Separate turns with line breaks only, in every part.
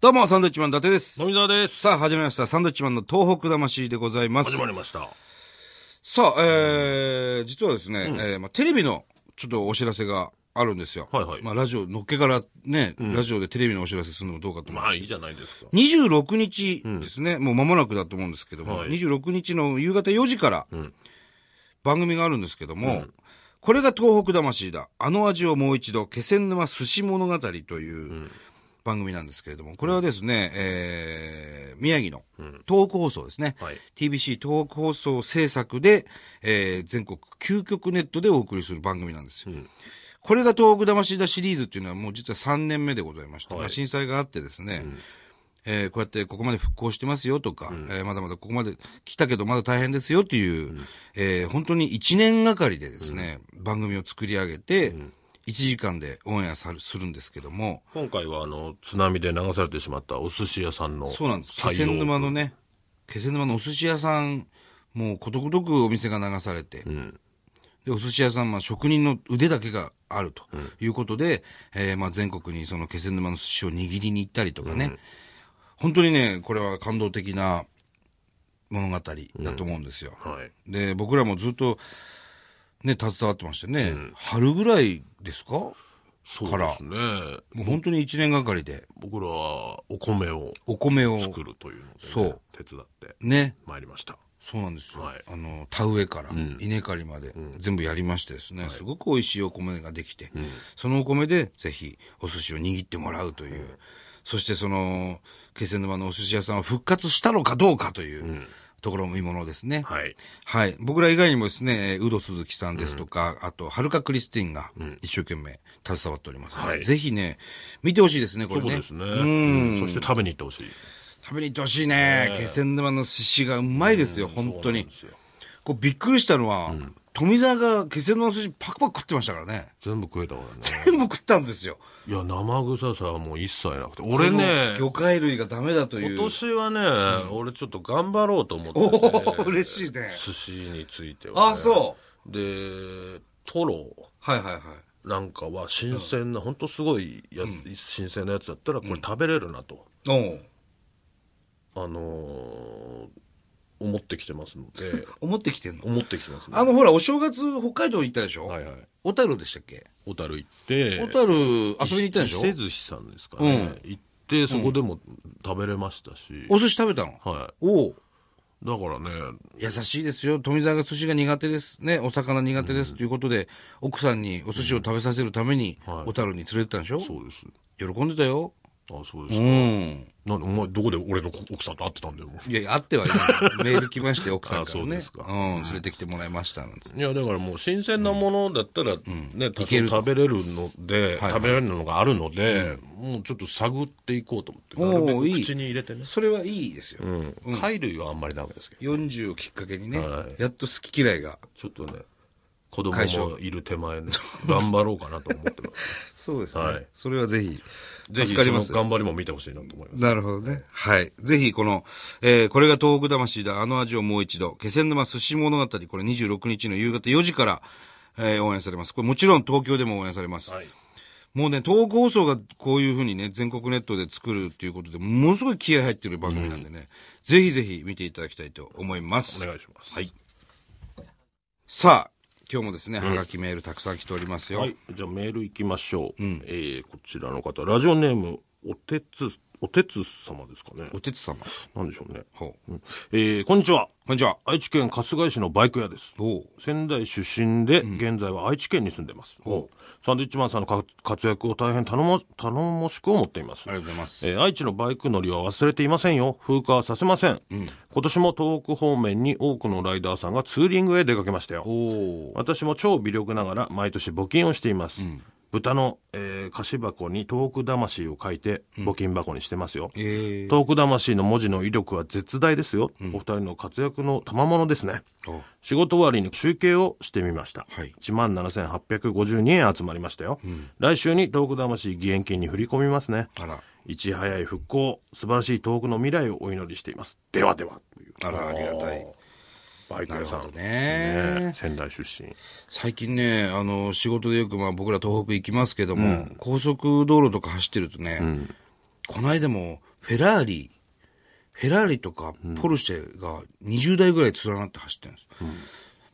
どうも、サンドイッチマン伊達です。
飲み沢です。
さあ、始まりました。サンドイッチマンの東北魂でございます
始。まりました。
さあ、えー、実はですね、えーまあ、テレビのちょっとお知らせがあるんですよ。
はいはい
まあ、ラジオ、のっけからね、ラジオでテレビのお知らせするのもどうかと思う。
まあいいじゃないですか。
26日ですね、もう間もなくだと思うんですけども、
はい
26日の夕方4時から、番組があるんですけども、これが東北魂だ。あの味をもう一度、気仙沼寿司物語という番組なんですけれども、これはですね、えー、宮城の東北放送ですね。
はい
TBC 東北放送制作で、えー全国究極ネットでお送りする番組なんですよ。これが東北魂だシリーズっていうのはもう実は3年目でございまして、まあ震災があってですね、えーこうやってここまで復興してますよとか、えーまだまだここまで来たけどまだ大変ですよっていう、えー本当に1年がかりでですね、番組を作り上げて、1時間でオンエアさるするんですけども、
今回はあの、津波で流されてしまったお寿司屋さんの。
そうなんです。気仙沼のね、気仙沼のお寿司屋さん、もうことごとくお店が流されて、で、お寿司屋さん、まあ職人の腕だけがあるということで、えーまあ全国にその気仙沼の寿司を握りに行ったりとかね、本当にね、これは感動的な物語だと思うんですよ。
はい。
で、僕らもずっと、ね、携わってましてね、春ぐらいですかも
そうですね。
う本当に1年がかりで、
僕らはお米を
お米を、
作るというので、ね、
そう
手伝って
ね、
まいりました。
そうなんですよ。
はい
あの、田植えから、稲刈りまで、全部やりましてですね、すごく美味しいお米ができて、そのお米でぜひお寿司を握ってもらうという、そしてその、気仙沼のお寿司屋さんは復活したのかどうかという、ところも見ものですね。
はい。
はい。僕ら以外にもですね、えーウド鈴木さんですとか、あと、はるかクリスティンが一生懸命携わっております、
はい
ぜひね、見てほしいですね、これ
そう
ね。
ですね。うん。そして食べに行ってほしい。
食べに行ってほしいね。気仙沼の寿司がうまいですよ、本当に。こうびっくりしたのは、富澤が気仙沼の寿司パクパク食ってましたからね。
全部食えたからね。
全部食ったんですよ。
いや、生臭さはもう一切なくて。俺ね、
魚介類がダメだという。
今年はね、俺ちょっと頑張ろうと思って、
お
ね。
ー嬉しいね。
寿司については、ね。
あ、そう。
う。で、トロ。
はいはいはい。
なんかは新鮮な、ほんとすごいや、新鮮なやつだったらこれ食べれるなと、
おう
あのー思ってきてますの で
思ってきてんの
思ってきてますね
あのほら、お正月北海道行ったでしょ
はいはい
小樽でしたっけ
小樽行って
小樽遊びに行ったでしょ
伊勢寿司さんですかね、行ってそこでも食べれましたし、
お寿司食べたの
は
おう
いだからね
優しいですよ。富澤が寿司が苦手です。ね、お魚苦手です。ということで、奥さんにお寿司を食べさせるために、
はい
小樽に連れてったんでしょ
そうです
喜んでたよ。
あそうです、
うん。
なんでお前どこで俺の奥さんと会ってたんだよもう
いやいや、あってはいない。メール来まして、奥さんからね。
あそうですか
うん、連れてきてもらいました、なんつって
いやだからもう新鮮なものだったらね、多
いけ
少
る
食べれるので、
はいはい
食べれるのがあるので、もうちょっと探っていこうと思ってなるべ
おーいい
く口に入れてね
それはいいですよ。
うん貝類はあんまりダメですけど
40をきっかけにね、
はい
やっと好き嫌いが。
ちょっとね子供
解消
もいる手前ね頑張ろうかなと思ってま
そうですね。
はい
それはぜひ、
すぜひ
助
そ
かり
の
ます。
頑張りも見てほしいなと思います
なるほどね。はい。ぜひ、この、えー、これが東北魂だ、あの味をもう一度、気仙沼寿司物語、これ26日の夕方4時から、えー、応援されます。これもちろん東京でも応援されます。
はい
もうね、東北放送がこういうふうにね、全国ネットで作るっていうことで、ものすごい気合入ってる番組なんでね、ぜひぜひ見ていただきたいと思います。
お願いします
はいさあ、今日もですね、はがきメールたくさん来ておりますよ。
はい、じゃあメール行きましょう、えーこちらの方ラジオネームおてつおてつ様ですかね
おてつ様。
なんでしょうね、
ほう。
うんえーこんにちは
こんにちは。
愛知県春日井市のバイク屋です
おう。
仙台出身で、現在は愛知県に住んでます。サンドイッチマンさんのか活躍を大変頼も頼もしく思っています。
ありがとうございます。
えー愛知のバイク乗りは忘れていませんよ。風化はさせません。今年も東北方面に多くのライダーさんがツーリングへ出かけましたよ。
おう。
私も超微力ながら毎年募金をしています。豚の、えー菓子箱に東北魂を書いて募金箱にしてますよ。
えー、
東北魂の文字の威力は絶大ですよ。お二人の活躍の賜物ですね。
お
仕事終わりに集計をしてみました。
はい
1万7852円集まりましたよ。来週に東北魂義援金に振り込みますね。
あら。
いち早い復興、素晴らしい東北の未来をお祈りしています。ではでは。という
あら、ありがたい。
バイク屋さ
な
ん。
るほどね
え仙台出身。
最近ね、あの、仕事でよく、まあ僕ら東北行きますけども、高速道路とか走ってるとね、この間もフェラーリ、フェラーリとかポルシェが20台ぐらい連なって走ってるんです。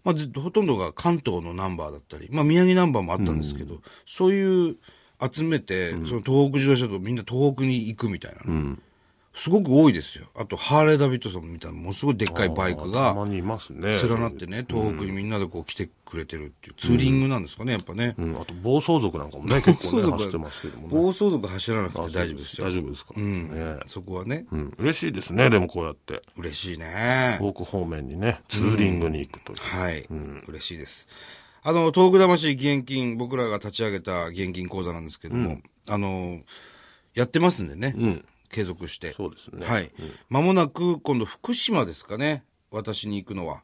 まあ、ずほとんどが関東のナンバーだったり、まあ、宮城ナンバーもあったんですけど、そういう集めて、その東北自動車道みんな東北に行くみたいな、すごく多いですよ。あと、ハーレー・ダビッドソンみたいな、ものすごいでっかいバイク
たま
が、
にいますね。
連なってね、東北にみんなでこう来てくれてるっていう、ツーリングなんですかね、やっぱね。
うん、あと暴走族なんかも ね、結構ね、走ってますけどもね。
暴走族走らなくて大丈夫ですよ。
大丈夫ですか、うん、ね。
そこはね、
うん、嬉しいですね、でもこうやって。
嬉しいね。
東北方面にね、ツーリングに行くという。
はい、嬉しいです。あの、東北魂義援金、僕らが立ち上げた義援金講座なんですけども、あの、やってますんでね、継続して。
そうですね。
はい。ま、もなく、今度福島ですかね、私に行くのは。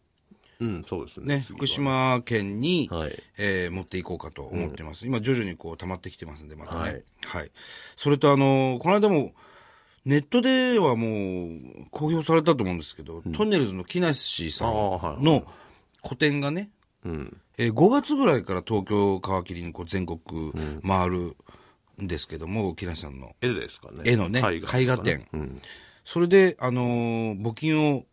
うん、そうですね。
ね、福島県に、
はい
えー持っていこうかと思ってます。今、徐々にこう、溜まってきてますんで、またね。は
はいい。
それと、あの、この間も、ネットではもう、公表されたと思うんですけど、トンネルズの木梨さん
あーはいはい
の個展がね、
うん。
えー5月ぐらいから東京皮切りにこう全国回るんですけども、木梨さんの
絵ですかね。
絵のね、
絵
絵
画
画,、
ですかね。
展、それで、あのー募金を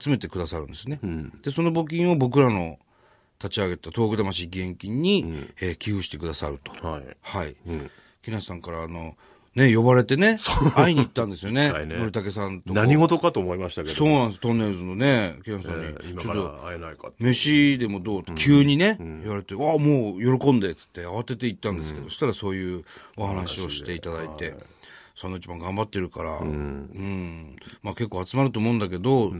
集めてくださるんですね。で、その募金を僕らの立ち上げた東北魂義援金に、えー寄付してくださると。
はい。
はい。木梨さんから、あの、ね、呼ばれてね、会いに行ったんですよ ね。
はいね
森武さんとこ。
何事かと思いましたけど。
そうなんです、トンネルズのね、木梨さんに。
えー今
ちょ
か
っと
ら会えないかって。
飯でもどうって急にね、言われて、わあ、もう喜んでっつって慌てて行ったんですけど、そしたらそういうお話をしていただいて、サンドウィッチマン頑張ってるから、うん、まあ結構集まると思うんだけど、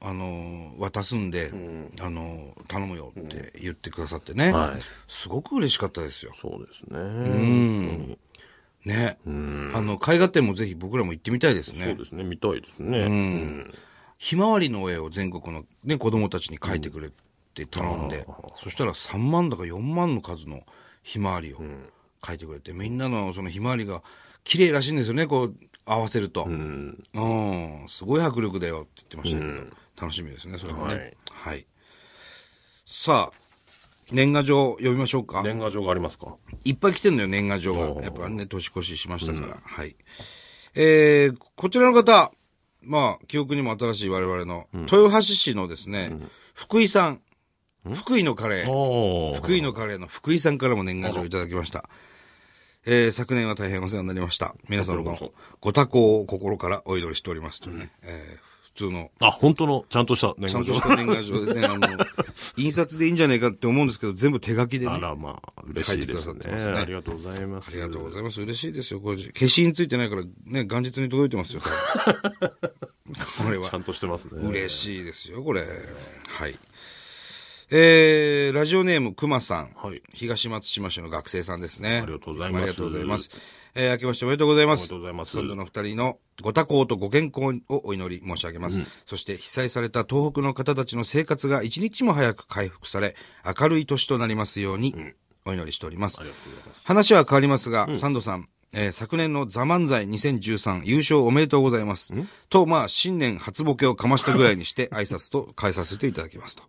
あの、渡すんで、あの、頼むよって言ってくださってね、
はい
すごく嬉しかったですよ。
そうですね。うん。
ね。あの、絵画展もぜひ僕らも行ってみたいです
そう
ね。
ですね、見たいですね。うん。
ひまわりの絵を全国の、ね、子供たちに描いてくれって頼んで、そしたら3万だか4万の数のひまわりを描いてくれて、みんなのそのひまわりが綺麗らしいんですよね、こう合わせると。うん、すごい迫力だよって言ってましたけど、楽しみですね、それはね。は
はいい。
さあ、年賀状読みましょうか。
年賀状がありますか
いっぱい来てんのよ、年賀状が。やっぱね、年越ししましたから。はい。えー、こちらの方、まあ、記憶にも新しい我々の、豊橋市のですね、福井さん、福井のカレー、
お
福井のカレーの福井さんからも年賀状いただきました。えー、昨年は大変お世話になりました。皆さん
こちら
の
こ
ご多幸を心からお祈りしておりますというね、えー普通の
あ、本当の、ちゃんとした年
ちゃ
賀
んと
状
し。た年賀状で ね、あの、印刷でいいんじゃないかって思うんですけど、全部手書きでね
あ、ら、まあ、嬉しいです
書い
ね
てくださってますね
ありがとうございます。
ありがとうございます。嬉しいですよ。これ、消印ついてないから、ね、元日に届いて ますよ。これこれ
ちゃ
は。
んとしてますね。
嬉しいですよ、これ。はい。えー、ラジオネーム、くまさん。
はい
東松島市の学生さんですね。
ありがとうございます
つもありがとうございます。えー、明けましておめでとうございます。
おめでとうございます
今度の二人のご多幸とご健康をお祈り申し上げます。そして、被災された東北の方たちの生活が一日も早く回復され、明るい年となりますように、お祈りしております。
ありがとうございます。
話は変わりますが、サンドさん、えー昨年のザ・漫才2013優勝おめでとうございます。と、まあ、新年初ボケをかましたぐらいに して挨拶と変えさせていただきますと。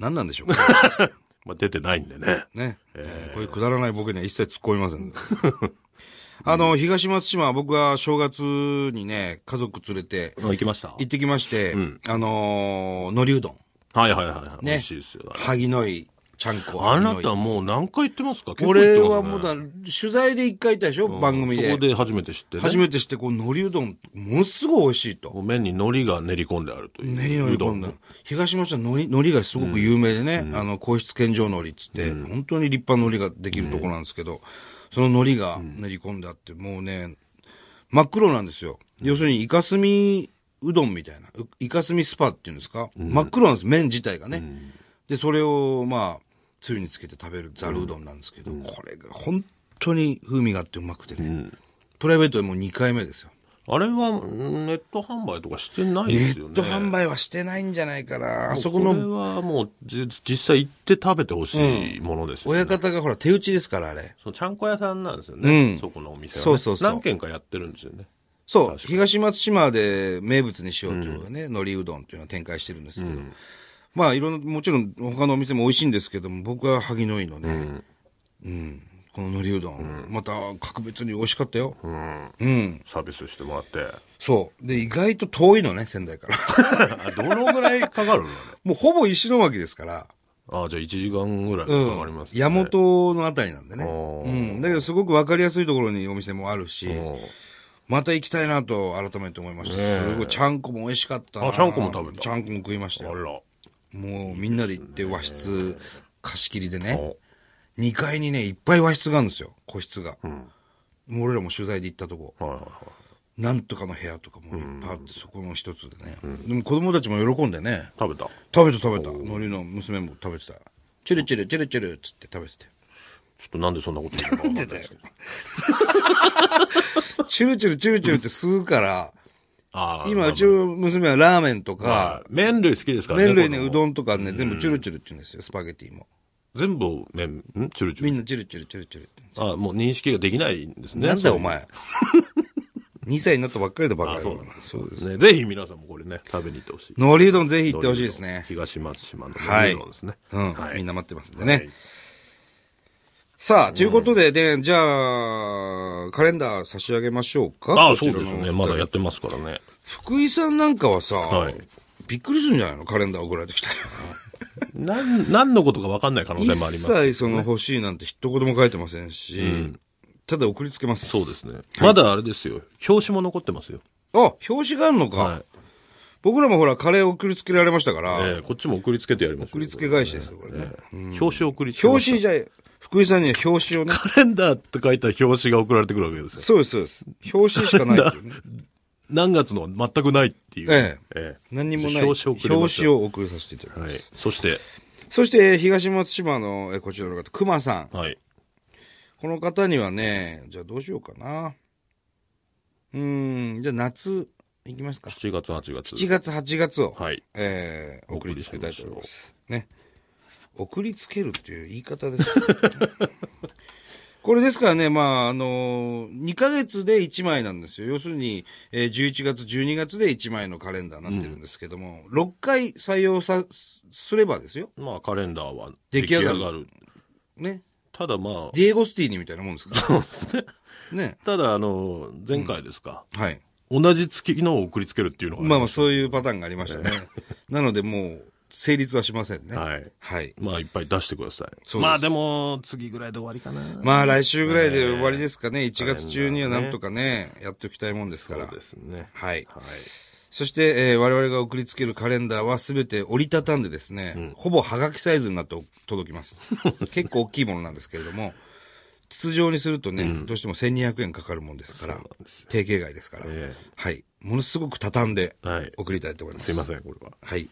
何なんでしょうか
まあ、出てないんでね。
ね、えーこういうくだらないボケには一切突っ込みません。 あの、東松島は僕は正月にね、家族連れて
行きました
行ってきまして、あのー、海苔うどん。
はいはいはいはい。
ね。
美味しいですよ。あれ
萩の井、ちゃんこ。
あな
萩の井
たもう何回行ってますか結構行って
俺
ますね
はもうだ、取材で一回行ったでしょ、番組で。
そこで初めて知ってね。
初めてして、こう、海苔うどん、ものすごい美味しいと。
もう麺に海苔が練り込んであるという。
練りのり込んだ。東松島海苔、海苔がすごく有名でね、あの、皇室献上海苔っつって、本当に立派な海苔ができるところなんですけど、その海苔が練り込んであって、もうね、真っ黒なんですよ。要するに、イカスミうどんみたいな、うイカスミスパっていうんですか、真っ黒なんです、麺自体がね。で、それを、まあ、つゆにつけて食べるざるうどんなんですけど、これが本当に風味があってうまくてね、プライベートでもう2回目ですよ。
あれはうんネット販売とかしてないで
ネ
すよ
ッ
ね。
ト販売はしてないんじゃないかな。あそこ
これ
の
はもうじ実際行って食べてほしいものですよね。
親方がほら手打ちですから、あれ。
そのちゃんこ屋さんなんですよね。
うん
そこのお店は、ね。
そうそうそう
何軒かやってるんですよね。
そう、東松島で名物にしようということでね、海苔うどんっていうのを展開してるんですけど。まあ、いろんな、もちろん他のお店も美味しいんですけども、僕は萩の井のね、うん、この海苔うどん、また格別に美味しかったよ。
うん。
うん。
サービスしてもらって。
そう。で、意外と遠いのね、仙台 から。
あどのぐらいかかるの
もうほぼ石巻ですから。
あれあ、じゃあ1時間ぐらい
うん。
かかります、ね。
山本のあたりなんでね。
お
う
ー
ん。だけどすごくわかりやすいところにお店もあるし、
うん
また行きたいなと改めて思いました。
ねえ
すごい、ちゃんこも美味しかったな。
あちゃんこも食べた
ちゃんこも食いましたよ。
あ
もうみんなで行って和室貸し切りで
ら。
ね
お、
2階にね、いっぱい和室があるんですよ、個室が。
ん
もう俺らも取材で行ったとこ。
はいはいはい。
なんとかの部屋とかもいっぱいあって、そこの一つでね。でも子供たちも喜んでね、
食べた。
食べた食べた。海苔の娘も食べてた。チュルチュル、チュルチュルっつって食べてたよ。
ちょっとなんでそんなこと言うのか分かんないですけど。
チュルチュル、チュルチュルって吸うから、
ああ、
今うちの娘はラーメンとか、
はい麺類好きですからね。
麺類ね、
子
う
供
どんとかね、全部チュルチュルって言うんですよ、スパゲティも。
全部麺、んチュルチュ
み
ル。
んなチュルチュル、チュルチュルって。
あもう認識ができないんですね。
なんだお前。2歳に なったばっかりだ、バカ
あ
野
そう
郎
なんです。
そうです。
ね、ぜひ皆さんもこれね、食べに行ってほしい。
海苔うどんぜひ行ってほしいですね。
東松島の
はい
海苔うどんですね。
うん
は。い
みんな待ってますんでね
い。
さあ、ということで、で、じゃあ、カレンダー差し上げましょうか。
ああ、
こ
そ
ち
う
ら
で
の
すね。まだやってますからね。
福井さんなんかはさ
はい、
びっくりするんじゃないのカレンダー送られてきたら。
なん、何のことか分かんない可能性
一
もあります。
切その欲しいなんて一言も書いてませんし、ただ送りつけます。
そうで。すね。まだあれですよ。表紙も残ってますよ。
あ、表紙があるのか
は。
僕らもほら、カレー送りつけられましたか
い。え
ら、
えこっちも送りつけてやりましょう。
送りつけ返しですよ、これね。
表紙送りつけま
表
した
紙じゃ、福井さんには表紙をね、
カレンダーって書いた表紙が送られてくるわけですよ。
そうです、そうです。表紙しかないって いうね。
何月の全くないっていう。
え
ええ
何にもない。
表紙送りま
表
し
紙
ょう。
を送りさせていただきます。
はい。そして、
そして、東松島の、えこちらの方、熊さん。
はい。
この方にはね、じゃあどうしようかな。うーん、じゃあ夏、いきますか。
7月、8月。
7月、8月を、
はい。
えー、送りつけたいと思います。ね。送りつけるっていう言い方です、ね。 これですからね、まあ、あのー、2ヶ月で1枚なんですよ。要するに、えー11月、12月で1枚のカレンダーになってるんですけども、6回採用さ、すすればですよ。
まあ、カレンダーは
出
出
来
来
上
上
が
が
る
る。
ね。
ただまあ、
ディエゴスティーニみたいなもんですから。
そうですね。
ね。
ただ、あの、前回ですか、
はい。
同じ月のを送りつけるっていうのが
まあまあ、そういうパターンがありましたね。なので、もう、成立はしませんね。
あ
はい。
はい。まあ、いっぱい出してください。
そうです
まあ、でも、次ぐらいで終わりかな。
まあ来週ぐらいで終わりですかね。1
ね
月中にはなんとかね、やっておきたいもんですから
そう。ですね。
はい。
はい。
そして、えー我々が送りつけるカレンダーはすべて折りたたんでですね、ほぼハガキサイズになって届きます。結構大きいものなんですけれども、筒状にするとね、どうしても1200円かかるもんですから、定型外ですから、
え
はい。ものすごく畳んで
はい。
送りたいと思います。
すいません、これは。
はい。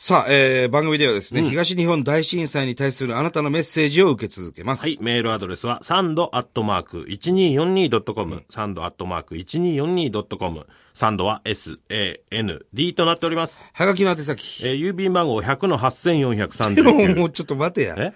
さあ、えー番組ではですね、東日本大震災に対するあなたのメッセージを受け続けます。
はい、メールアドレスは、サンドアットマーク 1242.com、サンドアットマーク 1242.com、サンドは SAND となっております。
はがきの宛先。
えー、郵便番号
でも
100-8439。
もうちょっと待てや。
え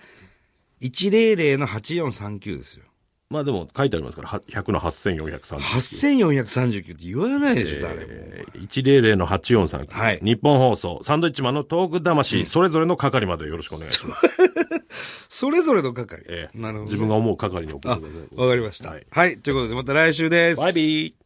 100の8439ですよ。
まあでも書いてありますから、は100-8439。
8439って言わないでしょ、誰も。
えー100の8439、
はい
日本放送、サンドイッチマンのトーク魂、それぞれの係までよろしくお願いします。
それぞれの係。
え ー
なるほど。
自分が思う係に送ってください。
わかりました。は
はいい。
ということで、また来週です。
バイビー